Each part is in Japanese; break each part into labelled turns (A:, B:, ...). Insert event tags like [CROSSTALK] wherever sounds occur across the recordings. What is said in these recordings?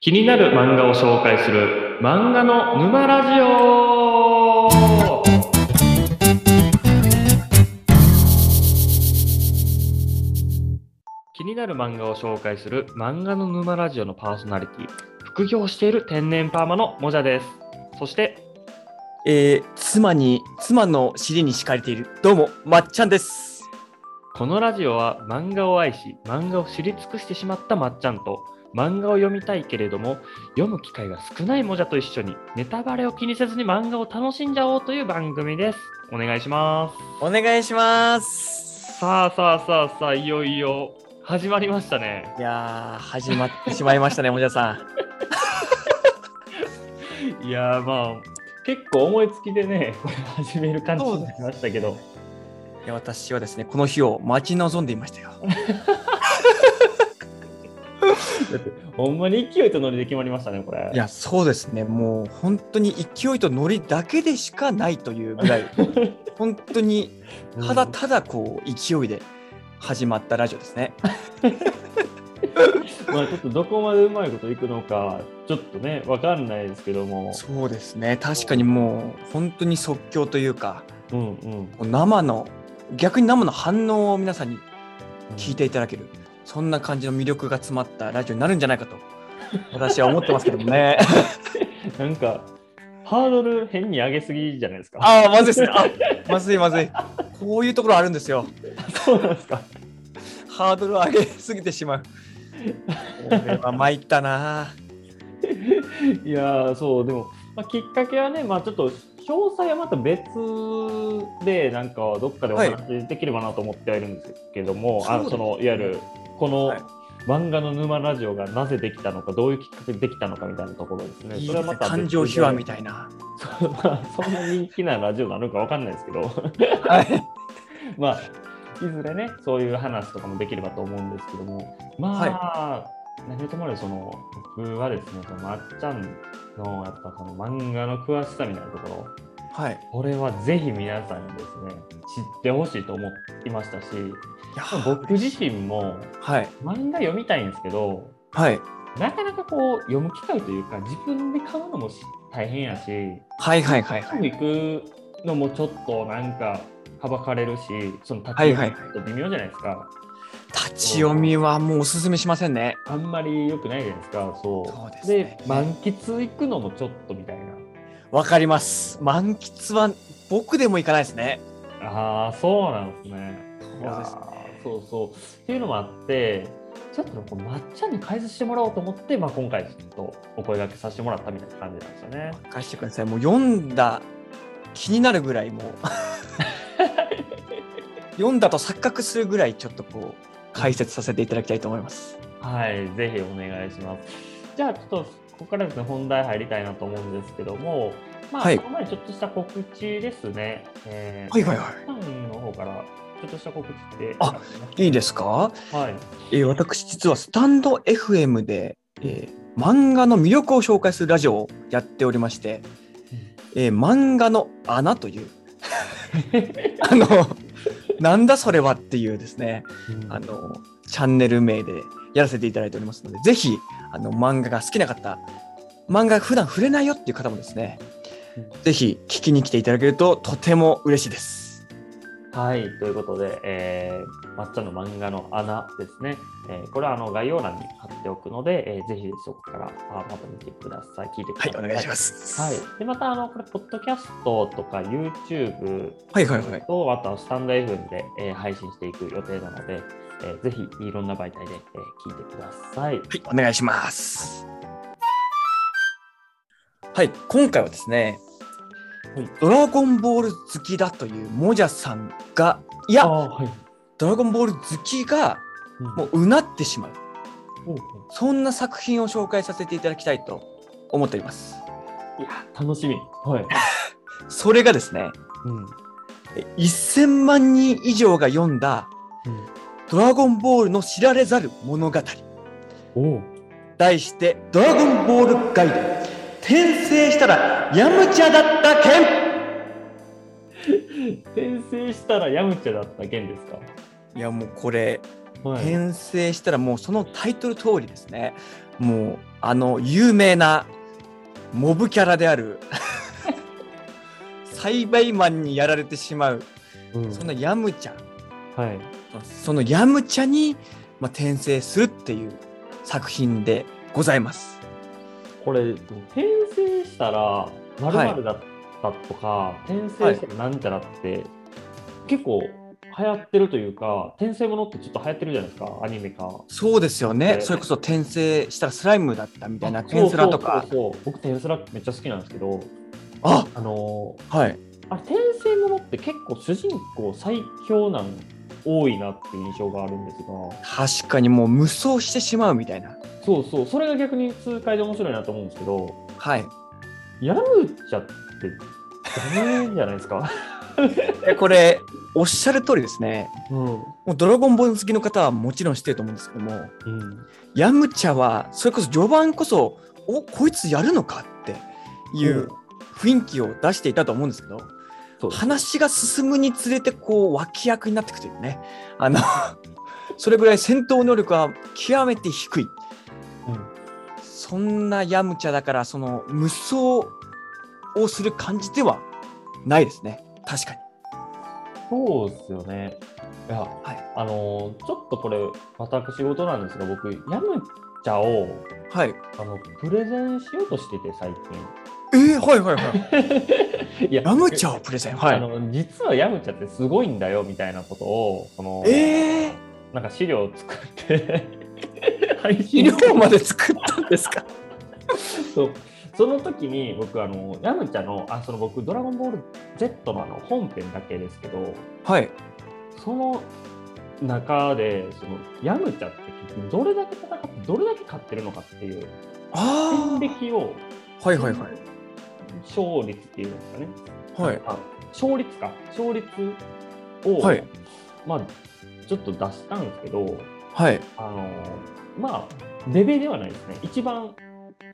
A: 気になる漫画を紹介する漫画の沼ラジオ気になる漫画を紹介する漫画の沼ラジオのパーソナリティ副業している天然パーマのもじゃですそして
B: えー、妻に、妻の尻に敷かれている。どうも、まっちゃんです。
A: このラジオは漫画を愛し漫画を知り尽くしてしまったまっちゃんと漫画を読みたいけれども読む機会が少ないもじゃと一緒にネタバレを気にせずに漫画を楽しんじゃおうという番組ですお願いしま
B: お願いします。
A: すさあさあさあさあいよいよ始まりましたね
B: いやー、始まってしまいま [LAUGHS] したね、もじゃさん。
A: いやーまあ結構思いつきでねこれ始める感じになりましたけど
B: いや私はですね、この日を待ち望んでいましたよ。
A: ほんまに勢いとノリで決まりましたねこれ
B: いや、そうですね、もう本当に勢いとノリだけでしかないというぐ [LAUGHS] らい、本当にただただこう勢いで始まったラジオですね。
A: まあちょっとどこまでうまいこといくのかちょっとねわかんないですけども
B: そうですね、確かにもう本当に即興というか、
A: うんうん
B: こう生の、逆に生の反応を皆さんに聞いていただける、そんな感じの魅力が詰まったラジオになるんじゃないかと、私は思ってますけどもね。
A: なんかハードル変に上げすぎじゃないですか
B: [LAUGHS] ああ、まずいですね。あまずいまずい。こういうところあるんですよ。
A: [LAUGHS] そうなんですか
B: ハードルを上げすぎてしまう。これは参ったな。
A: いやーそうでも、まあ、きっかけはねまあちょっと詳細はまた別でなんかどっかでお話できればなと思ってはいるんですけども、
B: はい
A: あのそ
B: そう
A: の
B: です
A: い
B: ね
A: わゆるこの、
B: はい
A: 漫画の沼ラジオがなぜできたのかどういうきっかけでできたのかみたいなところですね。
B: いい
A: そ
B: で
A: れ
B: す
A: は
B: ね
A: ま。た
B: 感情秘話み
A: い
B: たいな。
A: な。まあ [LAUGHS] そんな人気なラジオなのかわかんないですけど。
B: はい。
A: [LAUGHS] まあ、いずれね、そういう話とかもできればと思うんですけども、まあ、何ともあれ、その、僕はですね、そのまっちゃんの、やっぱその漫画の詳しさみたいなところ、
B: はい。
A: これはぜひ皆さんにですね、知ってほしいと思いま
B: [LAUGHS]
A: したし、
B: いや
A: 僕自身も
B: はい。
A: 漫画読みたいんですけど、
B: はい。
A: なかなかこう、読む機会というか、自分で買うのもし大変やし、
B: はいはいはいはい。
A: 行くのもちょっとなんか、はばかれるし、その立ち
B: はいは
A: 読
B: い
A: みちょっと微妙じゃないですか。
B: 立ち読みはもうおすすめしませんね。
A: あんまり良くないじゃないですか。そう。
B: そうですね
A: 満喫行くのもちょっとみたいな。
B: わかります。満喫は僕でもいかないですね。
A: ああ、そうなんですね。
B: そ
A: いやーそうそう。っていうのもあって、ちょっとねこう抹茶に解説してもらおうと思って、まあ、今回ちょっとお声掛けさせてもらったみたいな感じなんですよね。
B: 任してください。もう読んだ気になるぐらい [LAUGHS] もう読んだと錯覚するぐらいちょっとこう解説させていただきたいと思います。
A: はい、ぜひお願いします。じゃあ、ちょっとここからですね、本題入りたいなと思うんですけども、まあ、
B: はい
A: この前ちょっとした告知ですね。えー
B: はいはいは
A: ファンの方からちょっとした告知って
B: あい。いいですか、
A: はい。
B: えー私実はスタンド FM で、えー漫画の魅力を紹介するラジオをやっておりまして、えー漫画の穴という [LAUGHS] あのなんだそれはっていうですねあの、チャンネル名でやらせていただいておりますので、ぜひ、あの、漫画が好きな方、漫画普段触れないよっていう方もですね
A: うん、
B: ぜひ聞きに来ていただけるととても嬉しいです。
A: はい、ということで、えー、抹茶の漫画の穴ですね。えーこれはあの概要欄に貼っておくので、えーぜひそこからあまた見てください。聞いてくだ
B: は
A: さい。。
B: い、お願いしますす。
A: はい、でまたあのこれ、ポッドキャストとか YouTube
B: はい、はい、はい。
A: と、あとはスタンド FM で、えー配信していく予定なので、えーぜひいろんな媒体で、えー聞いてください。
B: はい、お願いします。はい、今回はですね
A: はい、
B: ドラゴンボール好きだというもじゃさんが、いや、
A: あーはい。
B: ドラゴンボール好きがもううなってしまう。
A: うん、
B: そんな作品を紹介させていただきたいと思っております。
A: いや、楽しみ。はい。
B: それがですね、
A: うん。うん
B: え1000万人以上が読んだドラゴンボールの知られざる物語。
A: おう [LAUGHS]
B: 題して、ドラゴンボールガイド。転生したらヤムチャだった剣
A: 転生したらヤムチャだった件ですか
B: いやもうこれ、
A: はい。
B: 転生したらもうそのタイトル通りですね。もうあの有名なモブキャラで
A: [LAUGHS]
B: ある栽培マンにやられてしまう
A: うん
B: そのヤムチャ
A: はい。
B: そのヤムチャに、まあ、転生するっていう作品でございます。
A: これ、転生したら、まるまるだったとか、転生したらなんちゃらって、結構流行ってるというか、転生ものってちょっと流行ってるじゃないですか、アニメか。
B: そうですよね、
A: えー
B: それこそ転生したらスライムだったみたいな、
A: あ
B: 転スラとか。
A: そうそうそうそう僕、転スラめっちゃ好きなんですけど、
B: あ
A: あのー
B: はい。
A: あれ、転生ものって結構主人公最強なん多いなっていう印象があるんですが。
B: 確かにもう無双してしまうみたいな。
A: そうそう、それが逆に痛快で面白いなと思うんですけど、
B: はい。
A: やむちゃってダメじゃないですか。
B: でこれ、おっしゃる通りですね。
A: うん。
B: もうドラゴンボール好きの方はもちろん知ってると思うんですけども、
A: うん。
B: ヤムチャは、それこそ序盤こそ、おこいつやるのかっていう雰囲気を出していたと思うんですけど、
A: そうです
B: 話が進むにつれてこう脇役になっていくというねあの [LAUGHS] それぐらい戦闘能力は極めて低い
A: うん
B: そんなヤムチャだからその無双をする感じではないですね確かに
A: そうですよね。いや、
B: い
A: あのーちょっとこれ、私事なんですが、僕、やむちゃを
B: はい
A: あのプレゼンしようとしてて、最
B: えー、はいはいはい [LAUGHS]
A: 近。いや
B: ヤムチャをプレゼンは
A: あ
B: い
A: の実はヤムチャってすごいんだよみたいなことをその、
B: えー、
A: なんか資料を作って [LAUGHS] 配
B: 医
A: 信
B: 療まで作ったんですか
A: そうその時に僕あのヤムチャのあその僕ドラゴンボール Z のあの本編だけですけど
B: はい
A: その中でそのヤムチャって結局どれだけ戦ってどれだけ勝ってるのかっていう
B: あ
A: 戦歴を
B: あはいはいはい
A: 勝率っていうんですかね、
B: はい
A: あ勝率か勝率を、
B: はい
A: まあちょっと出したんですけど
B: はい
A: あのまあレベルではないですね一番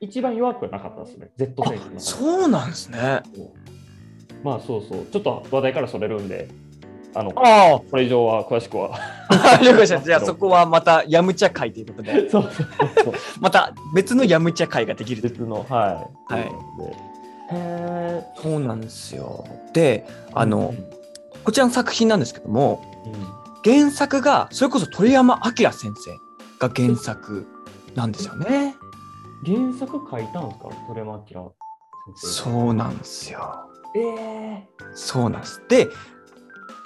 A: 一番弱くはなかったですね Z
B: あ
A: 選手の中で
B: そうなんですね
A: まあそうそう、ちょっと話題からそれるんで、あのこ
B: ああ
A: れ以上は詳しく
B: [LAUGHS]
A: は。
B: あ了解しましたじゃあそこはまたヤムチャ会ということで
A: そう [LAUGHS] そうそう、
B: また別のヤムチャ会ができる
A: 別の、はい。
B: はい
A: というこ
B: そうなんですよ
A: と
B: で
A: で。へ
B: あの、こちらの作品なんですけども
A: うん、
B: 原作がそれこそ鳥山明先生が原作なんですよね
A: うん原作書いたんですか、トレマキラ先生。
B: そうなんですよ
A: ええ
B: そうなんですで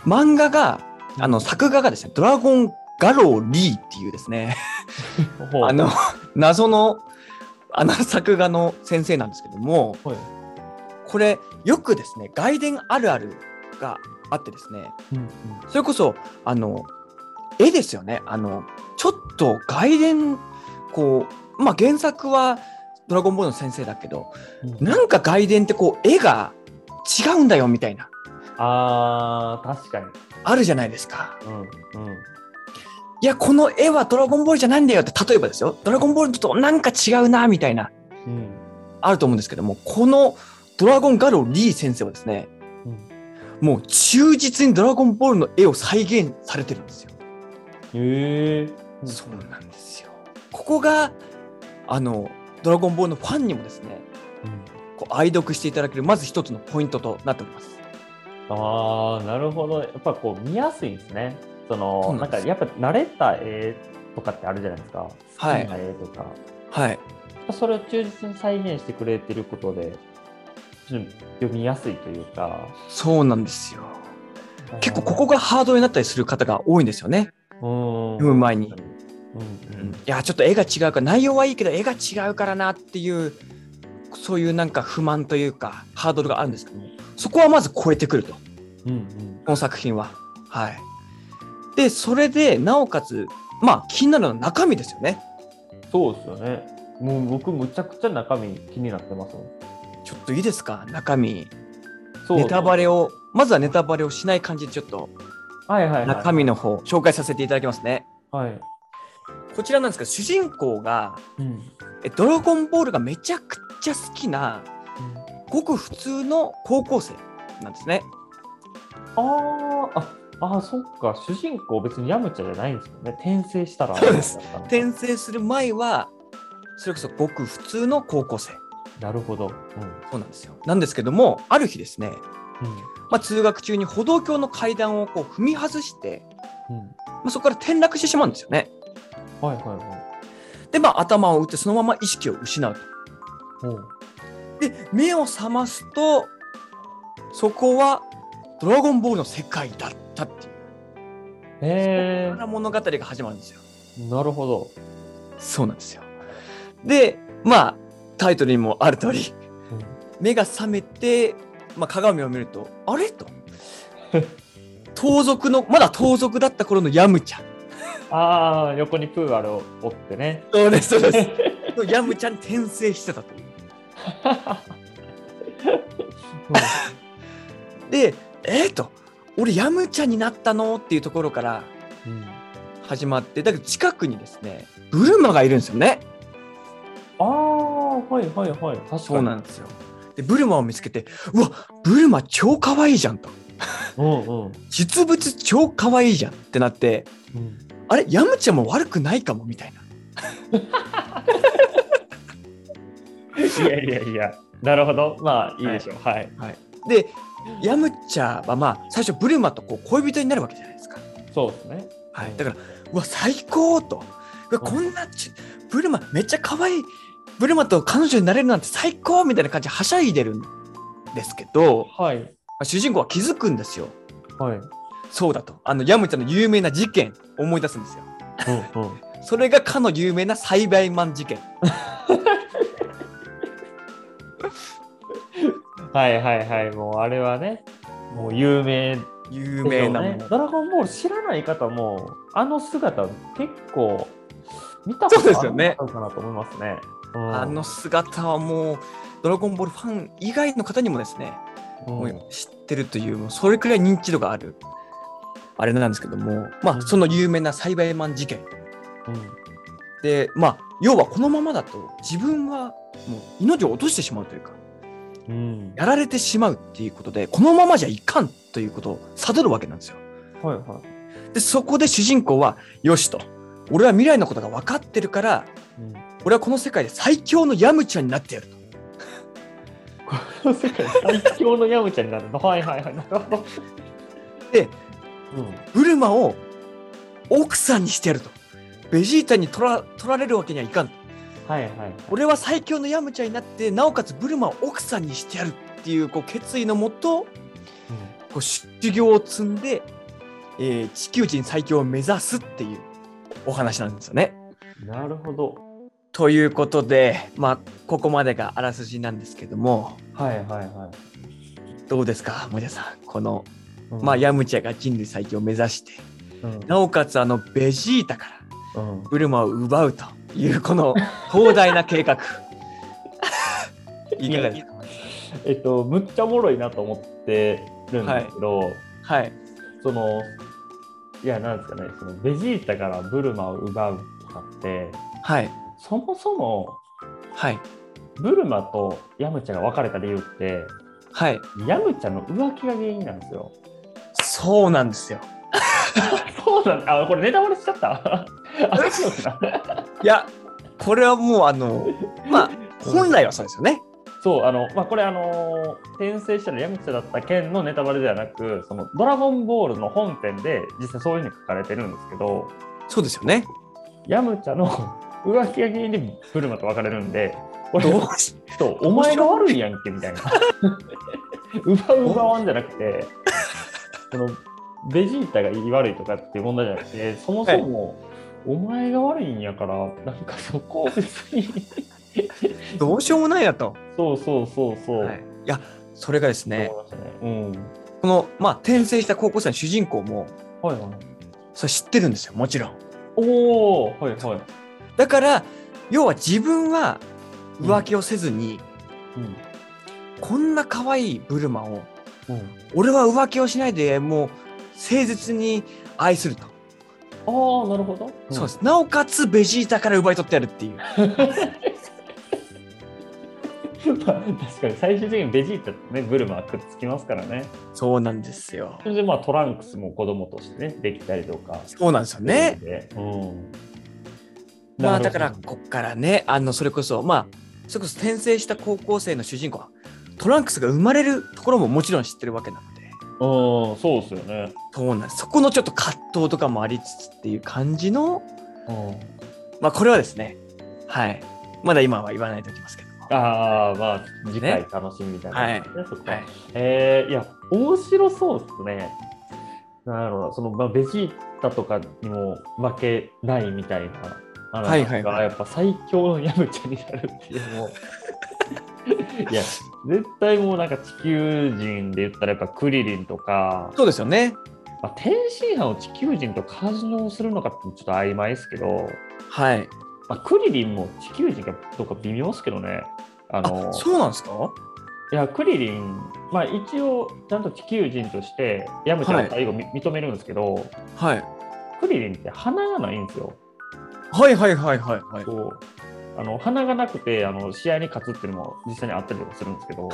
B: 漫画があの作画がですねドラゴンガローリーっていうですね
A: ー。ほう
B: あ、の [LAUGHS] 謎のあの作画の先生なんですけども
A: はい。
B: これよくですね外伝あるあるがあってですね
A: うんうん、
B: それこそあの絵ですよねあのちょっと外伝こうまあ原作は「ドラゴンボール」の先生だけどなんか外伝ってこう絵が違うんだよみたいな
A: あー、確かに。
B: あるじゃないですか
A: うん、うん。
B: いやこの絵は「ドラゴンボール」じゃないんだよって例えばですよ「ドラゴンボール」となんか違うなみたいな
A: うん。
B: あると思うんですけどもこの「ドラゴンガロリー」先生はですね
A: うん、
B: もう忠実に「ドラゴンボール」の絵を再現されてるんですよ
A: ええうん
B: そうなんですよ。ここが、あの、ドラゴンボールのファンにもですね、
A: うん
B: こう愛読していただける、まず一つのポイントとなっております。
A: ああ、なるほど。やっぱこう見やすいんですね。その
B: そうな
A: なんん
B: で
A: か
B: す
A: やっぱ慣れた絵とかってあるじゃないですか。好き
B: はい
A: な絵とか。
B: はい。
A: それを忠実に再現してくれてることで、ちょっと読みやすいというか。
B: そうなんですよ。結構ここがハードルになったりする方が多いんですよね。
A: こ
B: 読む前に。
A: うん
B: う
A: うんん
B: いや、ちょっと絵が違うから、内容はいいけど絵が違うからなっていう、そういうなんか不満というか、ハードルがあるんですけども、そこはまず超えてくると。
A: うんうん
B: この作品は。はい。で、それで、なおかつ、まあ、気になるのは中身ですよね。
A: そうですよね。もう僕むちゃくちゃ中身気になってますもん。
B: ちょっといいですか中身
A: そう
B: ネタバレをまずはネタバレをしない感じでちょっと
A: はいはいはい。
B: 中身の方紹介させていただきますね
A: はい。
B: こちらなんですけど主人公が
A: うん。
B: えドラゴンボールがめちゃくちゃ好きなごく普通の高校生なんですね
A: あーあ。ああ、そっか、主人公別にヤムチャじゃないんですよね。転生したら。
B: そうです
A: 転
B: 転生する前はそれこそごく普通の高校生
A: なるほど。
B: そうなんですよなんですけどもある日ですね、
A: うん。
B: まあ、通学中に歩道橋の階段をこう踏み外して、
A: うん。うん。
B: まあ、そこから転落してしまうんですよね
A: はいはいはい。
B: でまあ頭を打ってそのまま意識を失うと
A: おう
B: で目を覚ますとそこは「ドラゴンボール」の世界だったっていう、
A: え
B: そんな物語が始まるんですよ
A: ー、なるほど。
B: そうなんですよでまあタイトルにもある通り
A: うん
B: 目が覚めて、まあ、鏡を見るとあれと [LAUGHS] 盗賊のまだ盗賊だった頃のヤムチャ
A: ああ、横にプーアルを折ってね。
B: そうですそうです [LAUGHS] のヤムチャに転生してたというでえっ、と俺ヤムチャになったのっていうところから
A: うんうん
B: 始まってだけど近くにですねブルマがいるんですよね
A: ああ、はいはいはい。確かに。
B: んですよでブルマを見つけてうわブルマ超可愛いじゃんと
A: うんうん。
B: 実物超可愛いじゃんってなって
A: うん、
B: あれヤムチャも悪くないかもみたいない
A: [LAUGHS] やいやいや、なるほど。まあいいでしょう。はい。
B: でヤムチャはまあ最初ブルマとこう恋人になるわけじゃないですか
A: そうですね。
B: はい、だからうわ最高とうわ
A: うん
B: こんなちブルマめっちゃ可愛いブルマと彼女になれるなんて最高みたいな感じではしゃいでるんですけどま
A: はい。
B: あ主人公は気づくんですよ
A: はい。
B: そうだとあのヤムちゃんの有名な事件思い出すんですよ
A: うんうん。
B: それがかの有名な栽培マン事件
A: はいはいはい。もうあれはね、もう有名でし
B: 有
A: ょうね
B: 名なもの、
A: ドラゴンボール知らない方も、あの姿結構見た
B: そうで
A: こと
B: す
A: あ
B: よ
A: る
B: ね
A: かなと思いますね。うん
B: あの姿はもうドラゴンボールファン以外の方にもですね、も
A: うん
B: う知ってるというもうそれくらい認知度があるあれなんですけどもま
A: う
B: あ
A: ん
B: その有名な栽培マン事件
A: うん
B: でまあ要はこのままだと自分はもう命を落としてしまうというか
A: うん、
B: やられてしまうっていうことでこのままじゃいかんということを悟るわけなんですよ
A: はいは
B: でそこで主人公はよしと俺は未来のことが分かってるから
A: い。うん
B: 俺はこの世界で最強のヤムチャになってやると
A: この世界最強のヤムチャになるの。はいはいはい。なるほど。
B: で
A: うん
B: ブルマを奥さんにしてやるとベジータに取ら取られるわけにはいかん
A: はいはい。
B: 俺は最強のヤムチャになってなおかつブルマを奥さんにしてやるっていうこう決意のもとこう修行を積んで、えー地球人最強を目指すっていうお話なんですよね。
A: なるほど。
B: ということで、まあ、ここまでがあらすじなんですけども
A: はいはいは
B: どうですか森田さんこの、
A: い。うん
B: まあ、、ヤムチャが人類最強を目指して
A: うん
B: なおかつあのベジータから
A: うん
B: ブルマを奪うというこの広大な計画 [LAUGHS] いかがですか
A: えっと、むっちゃおもろいなと思ってるんですけど、
B: はい
A: その、いや、なんですかね、そのベジータからブルマを奪うとかって、
B: はい
A: そもそも
B: はい
A: ブルマとヤムチャが別れた理由って、
B: はい
A: ヤムチャの浮気が原因なんですよ。
B: そうなんですよ
A: そうなんだ。あ、これネタバレしちゃ
B: [LAUGHS]
A: った。あ、そうなんだ。
B: いやこれはもうあのまあ本来はそうですよね
A: そう、あの、まあ、これ、あのー転生したらヤムチャだった件のネタバレではなく、その、ドラゴンボールの本編で、実際そういうふうに書かれてるんですけど、
B: そうですよね
A: ヤムチャの [LAUGHS] 浮気が原因でブルマと別れるんで、俺、
B: どうし
A: そうお前が悪いやんけ、みたいな。 [LAUGHS] 奪う奪わんじゃなくて、その、ベジータが言い悪いとかっていう問題じゃなくて、そもそも、お前が悪いんやから、なんかそこを別に。 [LAUGHS]
B: どうしようもないなと、
A: そうそうそうそう。
B: い、やそれがですね
A: 思いましたね。うん。
B: この、まあ、転生した高校生の主人公も
A: はいはい。
B: それ知ってるんですよもちろん
A: おおはいはい。
B: だから要は自分は浮気をせずに、
A: うん
B: こんな可愛いブルマを
A: うん、
B: 俺は浮気をしないでもう誠実に愛すると、
A: ああなるほど。
B: そうですなおかつベジータから奪い取ってやるっていう
A: す。 [LAUGHS] まあ確かに最終的にベジータとねブルマはくっつきますからね。
B: そうなんですよ
A: それでまあトランクスも子供としてねできたりとか。
B: そうなんですよね
A: で。うん。
B: まあ
A: なる
B: だ
A: ほど
B: からこっからねあのそれこそまあそれこそ転生した高校生の主人公トランクスが生まれるところももちろん知ってるわけなので
A: うん、そうですよね。
B: そうなんですそこのちょっと葛藤とかもありつつっていう感じの
A: うん
B: まあこれはですねはいまだ今は言わないといきますけども
A: ああ、まあ、次回
B: ね
A: 楽しみみたいな、
B: はい
A: そこは
B: はい
A: えー、いや、面白そうですね。なるほど、その、まあ、ベジータとかにも負けないみたいな。あ
B: はいはいはい
A: やっぱ最強のヤムチャになるっていう
B: [LAUGHS]
A: のも。いや、絶対もうなんか地球人で言ったら、やっぱクリリンとか。
B: そうですよね
A: まあ、天津飯を地球人と感動するのかって、ちょっと曖昧ですけど。
B: はい
A: まあ、クリリンも地球人かどうか微妙ですけどね。あの
B: あそうなんですか
A: いやクリリン、まあ、一応ちゃんと地球人としてヤムチャを最後、み認めるんですけど
B: はい
A: クリリンって鼻がないんですよ。
B: はいはいはいはいはい
A: こうあの鼻がなくてあの試合に勝つっていうのも実際にあったりとかするんですけど
B: [LAUGHS]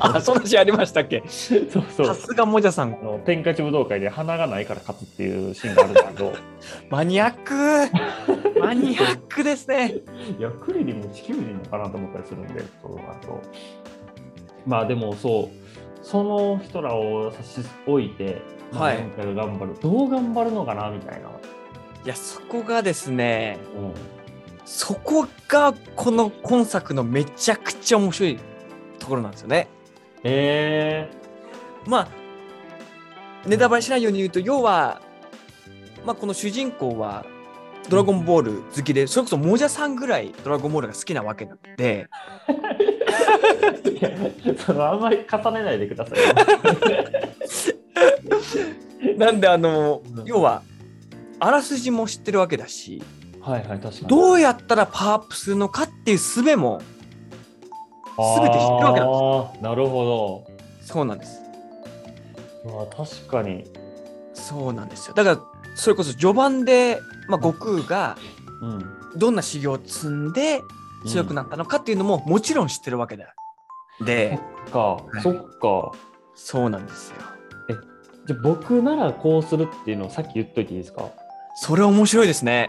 B: あそんなシーンありましたっけ
A: [LAUGHS] そうそ
B: さ
A: う
B: すがもじゃさん
A: あの天下一武道会で鼻がないから勝つっていうシーンがあるんだけ
B: [LAUGHS]
A: ど
B: マニアック [LAUGHS] マニアックですね
A: いやクリリンも地球人かなと思ったりするんでそうなるとまあでもそうその人らを差し置いて、まあ
B: はい
A: ヤムチャが頑張るどう頑張るのかなみたいな。
B: いやそこがですね
A: うん
B: そこがこの今作のめちゃくちゃ面白いところなんですよね。
A: え
B: まあネタバレしないように言うと要は、まあ、この主人公は「ドラゴンボール」好きで、それこそもじゃさんぐらい「ドラゴンボール」が好きなわけなの
A: え
B: で
A: [LAUGHS] そのあんまり重ねないでくださいよ。
B: なんであの
A: うん
B: 要はあらすじも知ってるわけだし
A: はいはい、確かに。
B: どうやったらパワーアップするのかっていう術も全て知ってるわけなんです
A: あーなるほ
B: そうなんです。
A: ど。まあ、確かに。
B: そうなんですよだからそれこそ序盤で、まあ、悟空が
A: うん。
B: どんな修行を積んで強くなったのかっていうのももちろん知ってるわけだよ。で、
A: たか、そっか。
B: そうなんですよ。
A: じゃあ僕ならこうするっていうのをさっき言っといていいですか
B: それ面白いですね。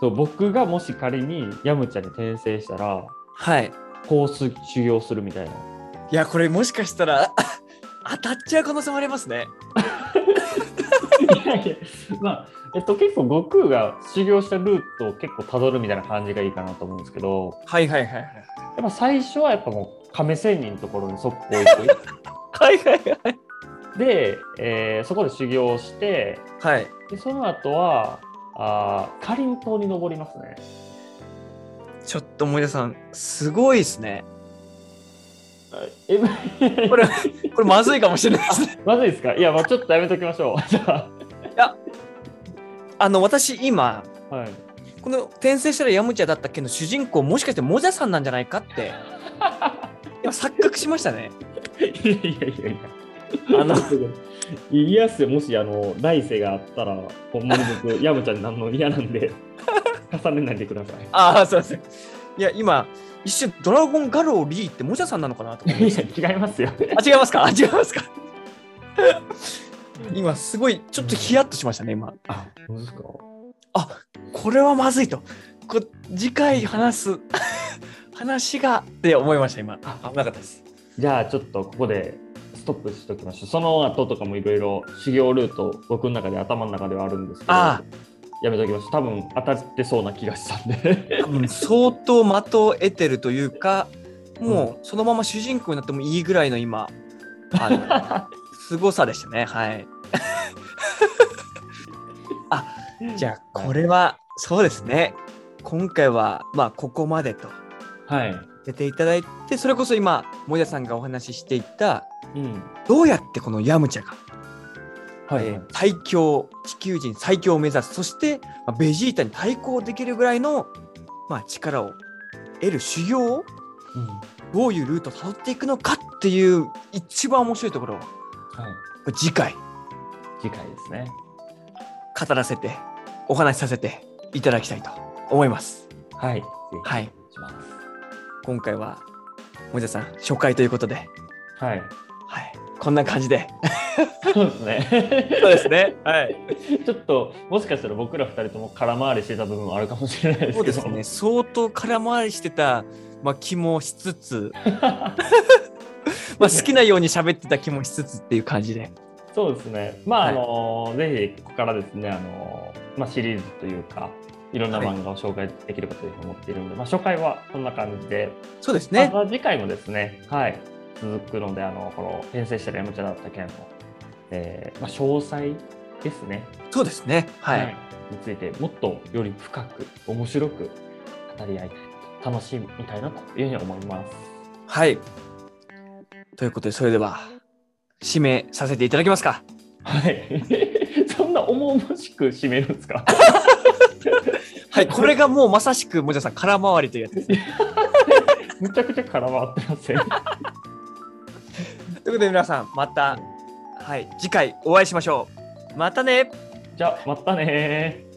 A: そう僕がもし仮にヤムチャに転生したら、
B: はい。
A: こうす修行するみたいな。
B: いや、これもしかしたら [LAUGHS] 当たっちゃう可能性もありますね。
A: いやいや、まあ、えっと、結構悟空が修行したルートを結構たどるみたいな感じがいいかなと思うんですけど、
B: はいはいは
A: や
B: いはい。
A: っぱ最初はやっぱもう亀仙人のところに速攻行く。
B: はいはいはい。
A: で、えーそこで修行をして
B: はい。
A: でその後はあーかりん島に登りますね
B: ちょっと森田さん、すごいですね。
A: え
B: これ、これまずいかもしれないですね。
A: まずいですかいや、まあ、ちょっとやめときましょうじゃ
B: [LAUGHS] あの、私今、
A: あ、はい、
B: この転生したらヤムチャだったっけの主人公もしかしてモジャさんなんじゃないかって。いや錯覚しましたね。
A: いやいやいやいや
B: あの
A: いやっすよもしあの来世があったらほんまに僕ヤムちゃんになんの嫌なんで重ねないでください
B: [LAUGHS] ああ、すいません。いや、今、一瞬、ドラゴンガローリーって、もじゃさんなのかなと思いました。
A: いや違いますよ
B: [LAUGHS] あ、違いますかあ、違いますか [LAUGHS] 今、すごい、ちょっとヒヤッとしましたね、今。
A: あそうですか
B: これはまずいと。こ次回話 [LAUGHS] す話がって思いました、今。あ、危なかったです。
A: じゃあちょっとここでストップしときましょうその後とかもいろいろ修行ルート僕の中で頭の中ではあるんですけど
B: あ
A: やめときましょう多分当たってそうな気がしたんで
B: あ、うん、相当的を得てるというか、もう、そのまま主人公になってもいいぐらいの [LAUGHS] 今、あの、すごさでしたね、 [LAUGHS] はい。あじゃあこれはそうですね今回はまあここまでと
A: [LAUGHS] はい
B: 出ていただいてそれこそ今もやさんがお話ししていた
A: うん
B: どうやってこのヤムチャが、
A: はい、
B: えー最強地球人最強を目指すそして、まあベジータに対抗できるぐらいの、まあ、力を得る修行を
A: うん
B: どういうルートを辿っていくのかっていう一番面白いところをこ
A: はい、
B: れ次回
A: 次回ですね
B: 語らせてお話しさせていただきたいと思います
A: はいぜひ
B: はい
A: お願いします
B: 今回は森田さん初回ということで、
A: はい
B: はい、こんな感じで。
A: そうですね。 [LAUGHS]
B: そうですね。はい。
A: ちょっと、もしかしたら僕ら二人とも空回りしてた部分もあるかもしれないですけど。
B: そうですね。相当空回りしてた、まあ、気もしつ [LAUGHS] つ、まあ、好きなように喋ってた気もしつつっていう感じで。
A: そうですね。まあ、
B: は
A: あ
B: い
A: のぜひここからですね、あのまあ、シリーズというか、いろんな漫画を紹介できればというふうに思っているので、まあ、初回はこんな感じで、
B: そうです
A: ね
B: ね。、
A: また次回もですね、はい、続くので、あのこの転生したらやむちゃだった件の、えーまあ、詳細ですね、
B: そうですね。はい。
A: について、もっとより深く、面白く語り合いたい、楽しみたいなというふうに思います。
B: はい。ということで、それでは、締めさせていただきますか。
A: はい、 [LAUGHS] そんな重々しく締めるんですか
B: はい。これがもうまさしく、もじゃさん、空回りというやつですね。
A: むちゃくちゃ空回ってま [LAUGHS] せん。
B: ということで、皆さん、また、はい、次回お会いしましょう。またね
A: じゃあ、またねー。